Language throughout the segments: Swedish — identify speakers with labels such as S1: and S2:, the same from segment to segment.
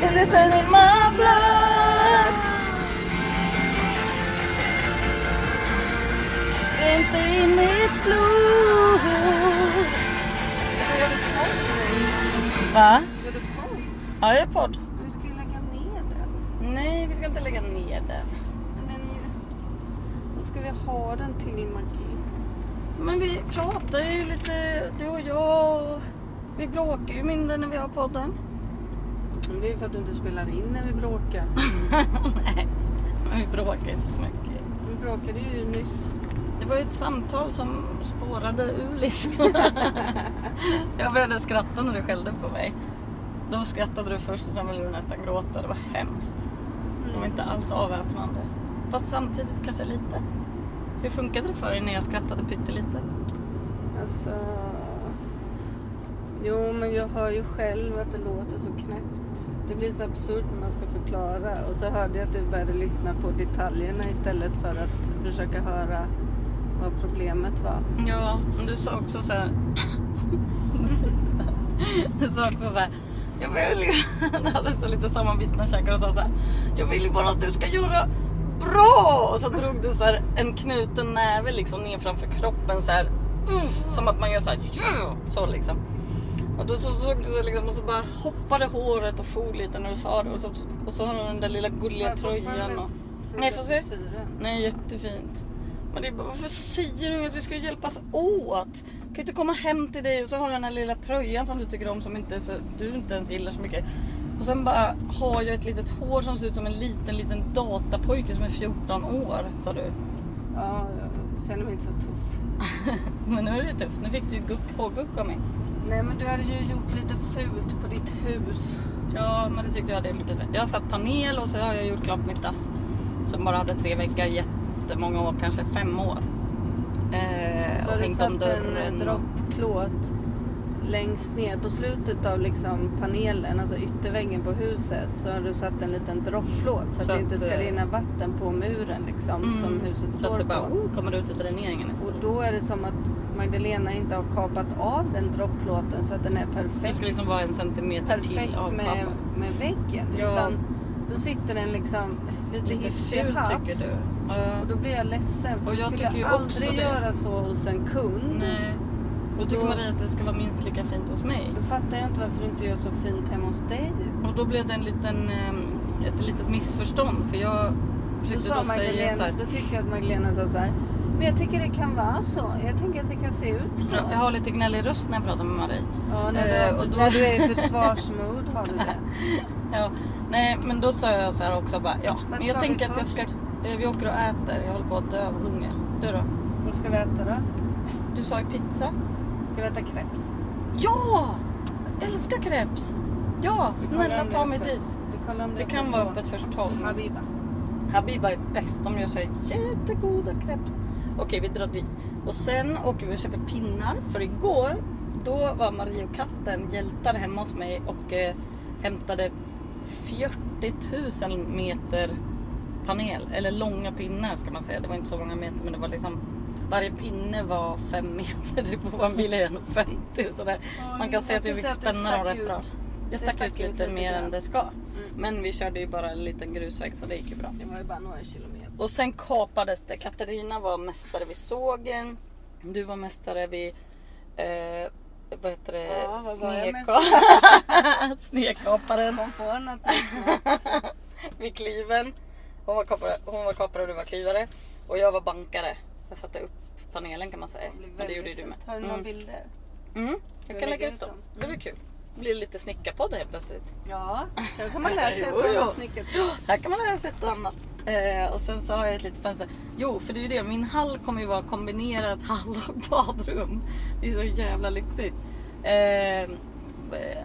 S1: Cause it's all in my blood Inte i mitt blod Va?
S2: Gör du podd?
S1: Ja, jag är podd.
S2: Men Vi ska ju lägga ner den.
S1: Nej, vi ska inte lägga ner den.
S2: Men den är ju... Vad ska vi ha den till, Maggie?
S1: Men vi pratar ju lite, du och jag. Och vi bråkar ju mindre när vi har podden.
S2: Men Det är ju för att du inte spelar in när vi bråkar.
S1: Nej, men vi bråkar inte så mycket.
S2: Vi bråkade ju nyss.
S1: Det var ju ett samtal som spårade ur liksom. jag började skratta när du skällde på mig. Då skrattade du först och sen ville du nästan gråta. Det var hemskt. Det
S2: Mm.
S1: var inte alls avväpnande. Fast samtidigt kanske lite. Hur funkade det för dig när jag skrattade pyttelite?
S2: Alltså... Jo, men jag hör ju själv att det låter så knäppt. Det blir så absurt när man ska förklara. Och så hörde jag att du började lyssna på detaljerna istället för att försöka höra vad problemet var.
S1: Ja, men du sa också så här... du sa också så här... Jag vill ju... Du hade så lite sammanbitna käkar och sa så här... Jag vill ju bara att du ska göra bra! Och så drog du så här en knuten näve liksom ner framför kroppen så här... "Uff", Som att man gör så här... "Ja", Så liksom. Och då så såg du så liksom och så bara hoppade håret och for lite när du sa det. Och så, och så har du den där lilla
S2: Har
S1: gulliga
S2: jag fortfarande
S1: tröjan och...
S2: f-
S1: Nej, får se.
S2: frisyren?
S1: Nej, jättefint. Men det är bara, varför säger du att vi ska hjälpas åt? Du kan ju inte komma hem till dig och så har jag den här lilla tröjan som du tycker om som inte är så, du inte ens gillar så mycket. Och sen bara har jag ett litet hår som ser ut som en liten, liten datapojke som är 14 år, sa du.
S2: Ja, jag känner mig inte så tuff.
S1: Men nu är det tufft, nu fick du ju guck- hårguck av mig.
S2: Nej, men du hade ju gjort lite fult på ditt hus.
S1: Ja, men det tyckte jag hade lyckats med. Jag har satt panel och så har jag gjort klart mitt dass. Som bara hade tre veckor, jättemånga år, kanske fem år. Eh,
S2: Så
S1: och
S2: har du
S1: hängt om
S2: satt en
S1: dörren. och-
S2: droppplåt längst ner på slutet av liksom panelen, alltså ytterväggen på huset. Så har du satt en liten droppplåt så,
S1: Så
S2: att det inte
S1: att,
S2: ska
S1: eh,
S2: rinna vatten på muren liksom
S1: Mm.
S2: som huset
S1: Så att
S2: står
S1: det
S2: på.
S1: bara oh, kommer ut i dräneringen
S2: Och
S1: istället.
S2: då är det som att Magdalena inte har kapat av den droppplåten så att den är perfekt.
S1: Det ska liksom vara en centimeter till
S2: perfekt
S1: av
S2: med,
S1: papper.
S2: med väggen.
S1: Ja.
S2: Utan då sitter den liksom lite
S1: Lite
S2: hiss i
S1: fult
S2: haps.
S1: tycker du. Ja.
S2: Och då blir jag ledsen för
S1: Och jag
S2: jag skulle
S1: tycker ju också
S2: aldrig
S1: det.
S2: göra så hos en kund.
S1: Nej. Då tycker
S2: då-
S1: Maria att det ska vara minst lika fint hos mig.
S2: Då fattar jag inte varför du inte gör så fint hemma hos dig.
S1: Och då blev det en liten, eh, ett litet missförstånd för jag
S2: Då,
S1: försökte då
S2: sa
S1: säga så
S2: Magdalena,
S1: här.
S2: då tyckte jag att Magdalena sa så här. Men jag tycker det kan vara så. Jag tänker att det kan se ut så.
S1: Jag har lite gnällig röst när jag pratar med Marie.
S2: Ja, när, du
S1: Eh,
S2: är,
S1: och då-
S2: när du är i försvarsmod har du det.
S1: Ja, nej, men då sa jag så här också bara, ja,
S2: Vart
S1: men jag
S2: ska vi
S1: tänker att jag ska,
S2: först?
S1: eh, vi åker och äter. Jag håller på att dö av hunger. Du då?
S2: Vad ska vi äta då?
S1: Du sa ju pizza.
S2: Ska vi äta crepes?
S1: Ja! Jag älskar crepes. Ja,
S2: Vi kollar
S1: snälla
S2: om
S1: ta
S2: är
S1: mig
S2: öppet.
S1: dit.
S2: Vi kollar om
S1: Det kan vara öppet först 12.
S2: Habiba.
S1: Habiba är bäst. De gör så här jättegoda crepes. Okej, vi drar dit. Och sen åker vi och köper pinnar. För igår, då var Marie och katten hjältar hemma hos mig och eh, hämtade 40 000 meter panel. Eller långa pinnar ska man säga. Det var inte så många meter men det var liksom varje pinne var fem meter. Typ och vår bil är 1,50 sådär.
S2: Ja,
S1: Man
S2: jag
S1: kan se att vi
S2: kan
S1: fick
S2: se att det
S1: spänna dem
S2: stack
S1: rätt
S2: ut.
S1: bra. Det stack, ut lite, mer
S2: grann. Mm.
S1: än det ska. Men vi körde ju bara en liten grusväg så det gick ju bra.
S2: Det var ju bara några kilometer.
S1: Och sen kapades det. Katarina var mästare vid sågen. Du var mästare vid... Eh, vad heter det?
S2: Ja, vad var jag
S1: Sneka- Snekaparen.
S2: Kom på en att man-
S1: Vid kliven. Hon var, kapare, hon var kapare och du var klivare. Och jag var bankare. Jag satte upp panelen kan man säga.
S2: det blir
S1: Men det
S2: väldigt
S1: gjorde ju du
S2: fint.
S1: med.
S2: Har du några
S1: Mm.
S2: bilder?
S1: Mm. Jag kan lägga ut dem.
S2: Mm.
S1: Det blir kul. Det blir lite snickarpodd helt plötsligt.
S2: Ja, kanske man lär sig
S1: Jo,
S2: att ta de
S1: jo.
S2: här snickret.
S1: Så här kan man lära sig ett och annat. Eh, och sen så har jag ett litet fönster. Jo, för det är ju det. Min hall kommer ju vara kombinerat hall och badrum. Det är så jävla lyxigt. Eh, eh,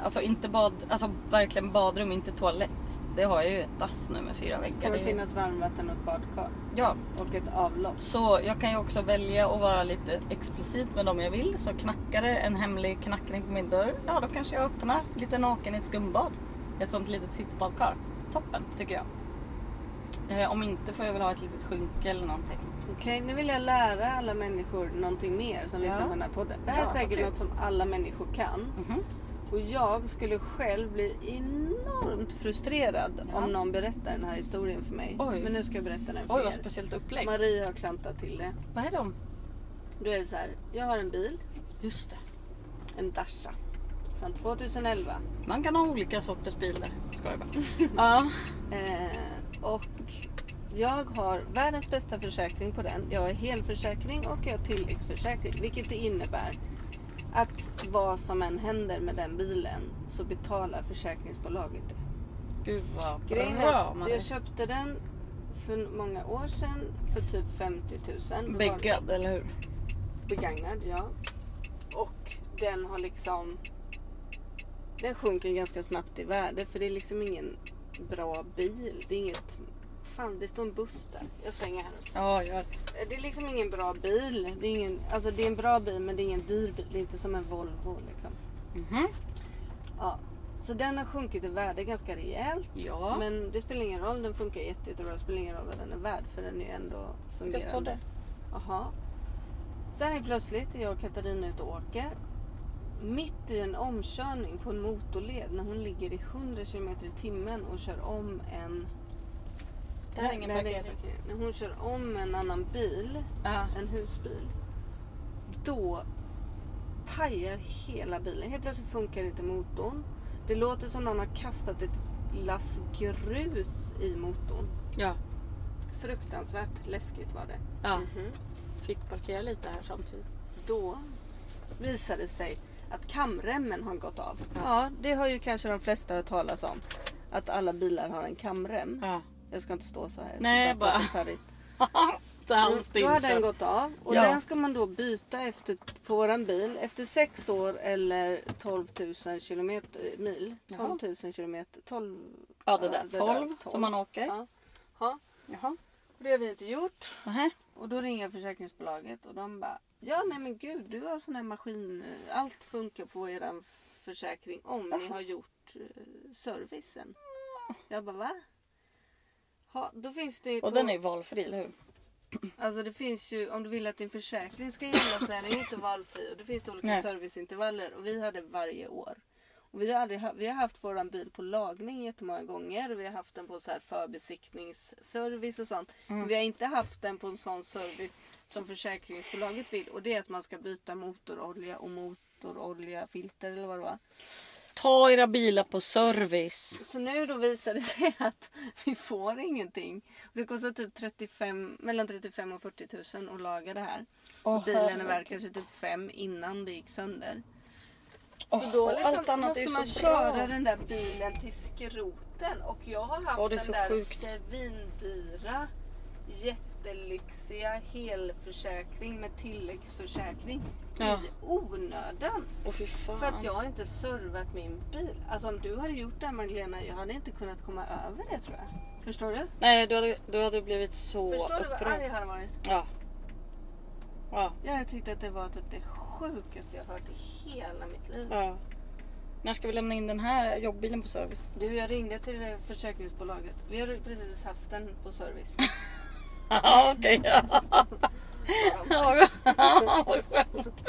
S1: alltså inte bad, alltså verkligen badrum, inte toalett. Det har jag ju ett dass nu med fyra
S2: Det
S1: veckor.
S2: kommer
S1: Det är ju-
S2: finnas varmvatten och ett badkar.
S1: Ja,
S2: Och ett avlopp.
S1: så jag kan ju också välja att vara lite explicit med dem jag vill. Så knackar det en hemlig knackning på min dörr, ja då kanske jag öppnar lite naken i ett skumbad. Ett sånt litet sittbadkar. Toppen tycker jag. Eh, om inte får jag väl ha ett litet skynke eller någonting. Mhm.
S2: Okej, nu vill jag lära alla människor någonting mer som
S1: Ja.
S2: lyssnar på den här podden. Det här
S1: Ja,
S2: är säkert
S1: okej. Mm-hmm.
S2: något som alla människor kan.
S1: Mhm.
S2: Och jag skulle själv bli enormt extremt frustrerad
S1: Ja.
S2: om någon berättar den här historien för mig.
S1: Oj.
S2: Men nu ska jag berätta den för
S1: Oj, vad
S2: er.
S1: speciellt upplägg.
S2: Marie har klantat till det.
S1: Vad är de?
S2: Du är det så här, jag har en bil,
S1: Just det.
S2: en Dasha från 2011.
S1: Man kan ha olika sorters bilar. Ska jag bara. ja.
S2: Eh, och jag har världens bästa försäkring på den. Jag har helförsäkring och jag har tilläggsförsäkring. Vilket det innebär att vad som än händer med den bilen så betalar försäkringsbolaget det.
S1: Gud vad bra.
S2: Grejen är att
S1: Marie.
S2: jag köpte den för många år sedan för typ 50 000. Då var
S1: Bäggad, eller hur?
S2: den Begagnad, ja. Och den har liksom... Den sjunker ganska snabbt i värde för det är liksom ingen bra bil. Det är inget... Fan, det står en buss där. Jag svänger här nu.
S1: Ja, gör det.
S2: Eh, Det är liksom ingen bra bil. Det är, ingen, alltså det är en bra bil men det är ingen dyr bil. Det är inte som en Volvo liksom.
S1: Mhm.
S2: Ja. Så den har sjunkit i värde ganska rejält.
S1: Ja.
S2: Men det spelar ingen roll, den funkar jätte- jättebra. Det spelar ingen roll vad den är värd för den är ju ändå
S1: Det står det.
S2: fungerande. Jaha. Sen är plötsligt jag och Katarina ute och åker. Mitt i en omkörning på en motorled när hon ligger i 100 km i timmen och kör om en...
S1: Det här är ingen
S2: Nej, det
S1: parkering.
S2: När hon kör om en annan bil
S1: Ja.
S2: en husbil. Då pajar hela bilen. Helt plötsligt funkar inte motorn. Det låter som någon har kastat ett lass grus i motorn.
S1: ja.
S2: Fruktansvärt läskigt var det.
S1: Ja.
S2: Mhm.
S1: Fick parkera lite här samtidigt.
S2: Då visade det sig att kamremmen har gått av.
S1: Ja.
S2: Ja, det har ju kanske de flesta hört talas om. Att alla bilar har en kamrem.
S1: Ja.
S2: Jag ska inte stå så här. jag ska
S1: Nej, bara-
S2: prata färdigt.
S1: Det är alltid
S2: Då har den
S1: så.
S2: gått av och
S1: Ja.
S2: den ska man då byta efter, på våran bil efter 6 år eller 12 000 kilometer, mil. 12 000 kilometer, 12...
S1: Ja, det där. 12
S2: 12.
S1: som man åker.
S2: Ja. Ja.
S1: Jaha.
S2: Och det har vi inte gjort.
S1: Nähä.
S2: Och då ringer jag försäkringsbolaget och de bara Ja nej men gud du har sån här maskin, allt funkar på eran försäkring om ni har gjort eh, servicen. Jag bara va? Ha, då finns det
S1: Och
S2: på-
S1: den är ju valfri, eller hur?
S2: Alltså det finns ju, om du vill att din försäkring ska gälla så är den ju inte valfri och det finns det olika
S1: Nej.
S2: serviceintervaller och vi har det varje år. Och vi, har aldrig, ha- vi har haft våran bil på lagning jättemånga gånger och vi har haft den på så här förbesiktningsservice och sånt. Men vi har inte haft den på en sån service som försäkringsbolaget vill och det är att man ska byta motorolja och motorolja, filter eller vad det var.
S1: Ta era bilar på service.
S2: Så nu då visar det sig att vi får ingenting. Och Det kostar typ 35, mellan 35 000 och 40 000 att laga det här.
S1: Åh,
S2: Bilen är
S1: herregud.
S2: värd kanske typ fem innan det gick sönder.
S1: Åh,
S2: så då
S1: och
S2: liksom
S1: allt annat
S2: måste
S1: är ju
S2: man
S1: så bra.
S2: köra den där bilen till skroten. Och jag har haft
S1: Ja, det är så
S2: den där
S1: sjukt.
S2: svindyra, jättelyxiga helförsäkring med tilläggsförsäkring
S1: Ja.
S2: i onödan.
S1: Åh fy fan.
S2: För att jag har inte servat min bil. Alltså om du hade gjort det Magdalena, jag hade inte kunnat komma över det tror jag. Förstår du?
S1: Nej, du hade, du hade blivit så
S2: Förstår du vad arg
S1: upprörd.
S2: jag hade varit?
S1: Ja. Ja.
S2: Jag hade tyckt att det var typ det sjukaste jag hört i hela mitt liv.
S1: ja. När ska vi lämna in den här jobbbilen på service?
S2: Du, jag ringde till det försäkringsbolaget. Vi har precis haft den på service.
S1: Ja, okej. Ja. Ja, vad skönt.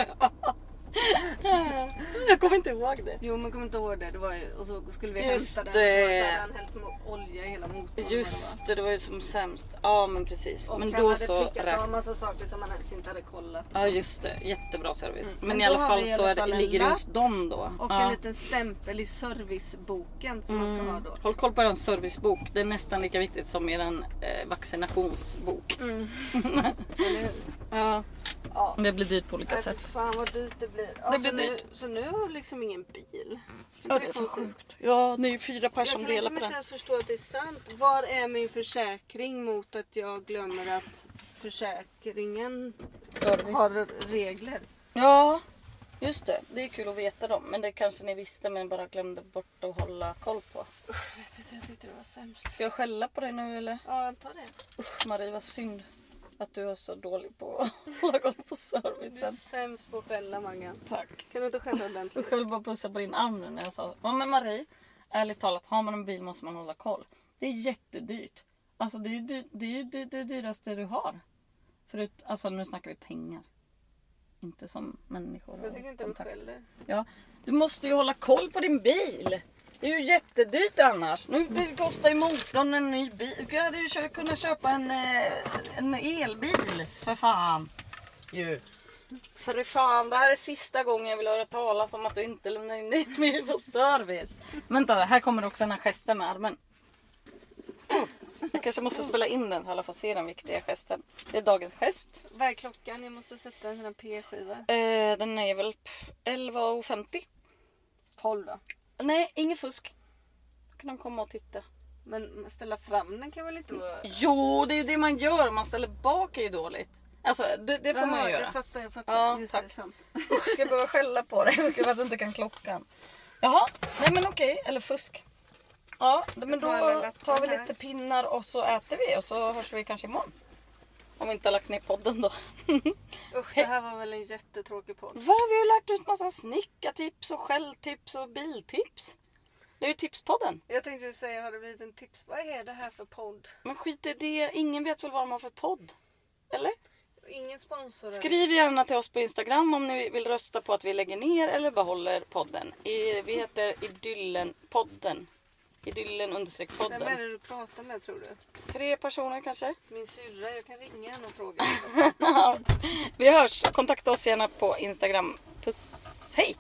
S1: Jag kommer inte ihåg det.
S2: Jo, men kom inte ihåg det. det var ju, och så skulle vi
S1: Just
S2: hämta
S1: det.
S2: den. Så hade han hällt mo- olja i hela motorn. eller vad det var.
S1: Just det, det var ju som sämst. Ja, men precis.
S2: Och
S1: men
S2: han
S1: då
S2: hade
S1: så
S2: prickat
S1: räknas
S2: av massa saker som han ens inte hade kollat.
S1: Ja just det, jättebra service. Men,
S2: Mm. Men
S1: i
S2: då
S1: alla
S2: har
S1: fall
S2: vi i
S1: så
S2: alla
S1: är det,
S2: fall en
S1: ligger det hos
S2: lapp
S1: dem då.
S2: Och
S1: Ja. Mm.
S2: en liten stämpel i serviceboken som man ska ha då.
S1: Håll koll på er servicebok. Det är nästan lika viktigt som er eh, vaccinationsbok.
S2: Mm. Eller hur?
S1: Ja,
S2: Ja.
S1: det blir dyrt på olika
S2: Nej, fy
S1: sätt.
S2: fan vad dyrt det blir. Ja,
S1: Det
S2: så
S1: blir
S2: nu,
S1: dyrt.
S2: Så nu har vi liksom ingen bil.
S1: Ja, det är så sjukt. Ja, ni är ju fyra personer
S2: Jag
S1: som
S2: kan
S1: delar
S2: liksom
S1: på
S2: inte
S1: den.
S2: ens förstå att det är sant. Var är min försäkring mot att jag glömmer att försäkringen
S1: Service.
S2: har regler?
S1: Ja, just det. Det är kul att veta dem. Men det kanske ni visste men bara glömde bort att hålla koll på.
S2: Jag vet inte, jag tyckte det var sämst.
S1: Ska jag skälla på dig nu eller?
S2: Ja, ta det.
S1: Usch Marie vad synd att du är så dålig på att hålla koll på
S2: Du är
S1: servicen.
S2: sämst på att skälla Maggan.
S1: Tack.
S2: Kan du inte skälla
S1: Jag
S2: ordentligt?
S1: skulle bara pussa på din arm nu när jag sa ja, men Marie, ärligt talat, har man en bil måste man hålla koll. Det är jättedyrt. Alltså det är ju, dy- det, är ju det, det dyraste du har. Förut, alltså nu snackar vi pengar. Inte som människor
S2: Jag tycker
S1: och
S2: inte du
S1: kontakt.
S2: skäller.
S1: Ja, du måste ju hålla koll på din bil. Det är ju jättedyrt annars. Nu blir- kostar ju motorn en ny bil. Jag hade ju kö- kunnat köpa en, eh, en elbil för fan. Ju. För fan, det här är sista gången jag vill höra talas om att du inte lämnar in dig mer på service. Vänta, här kommer också den här gesten med armen. Jag kanske måste spela in den så alla får se den viktiga gesten. Det är dagens gest.
S2: Vad är klockan? Jag måste sätta en sån här P-skiva.
S1: Eh, den är väl pff, 11.50.
S2: 12 då.
S1: Nej, inget fusk. Då kan de komma och titta.
S2: Men ställa fram den kan väl
S1: Mm.
S2: inte vara...
S1: Jo, det är ju det man gör. Man ställer bak är ju dåligt. Alltså, det, det får man
S2: Jaha,
S1: ju göra.
S2: Jag fattar, jag fattar.
S1: Ja,
S2: Just
S1: tack.
S2: det, är sant.
S1: Jag ska jag behöva skälla på dig för att du inte kan klockan. Jaha, nej men okej. Eller fusk. Ja, men då
S2: tar alla lappar
S1: tar vi
S2: här.
S1: lite pinnar och så äter vi och så hörs vi kanske imorgon. Om vi inte har lagt ner podden då.
S2: Usch, det här var väl en jättetråkig podd.
S1: Vad vi har ju lärt ut massa snickartips och skälltips och biltips. Det är ju tipspodden.
S2: Jag tänkte ju säga, har det blivit en tips? Vad är det här för podd?
S1: Men skit i det. Ingen vet väl vad de har för podd? Eller?
S2: Ingen sponsor. eller?
S1: Skriv gärna till oss på Instagram om ni vill rösta på att vi lägger ner eller behåller podden. I, vi heter Idyllenpodden. Idyllen understreck
S2: Vem är
S1: podden.
S2: det du pratar med tror du?
S1: Tre personer kanske.
S2: Min syrra, jag kan ringa henne och fråga.
S1: vi hörs. Kontakta oss gärna på Instagram. Puss. Hej!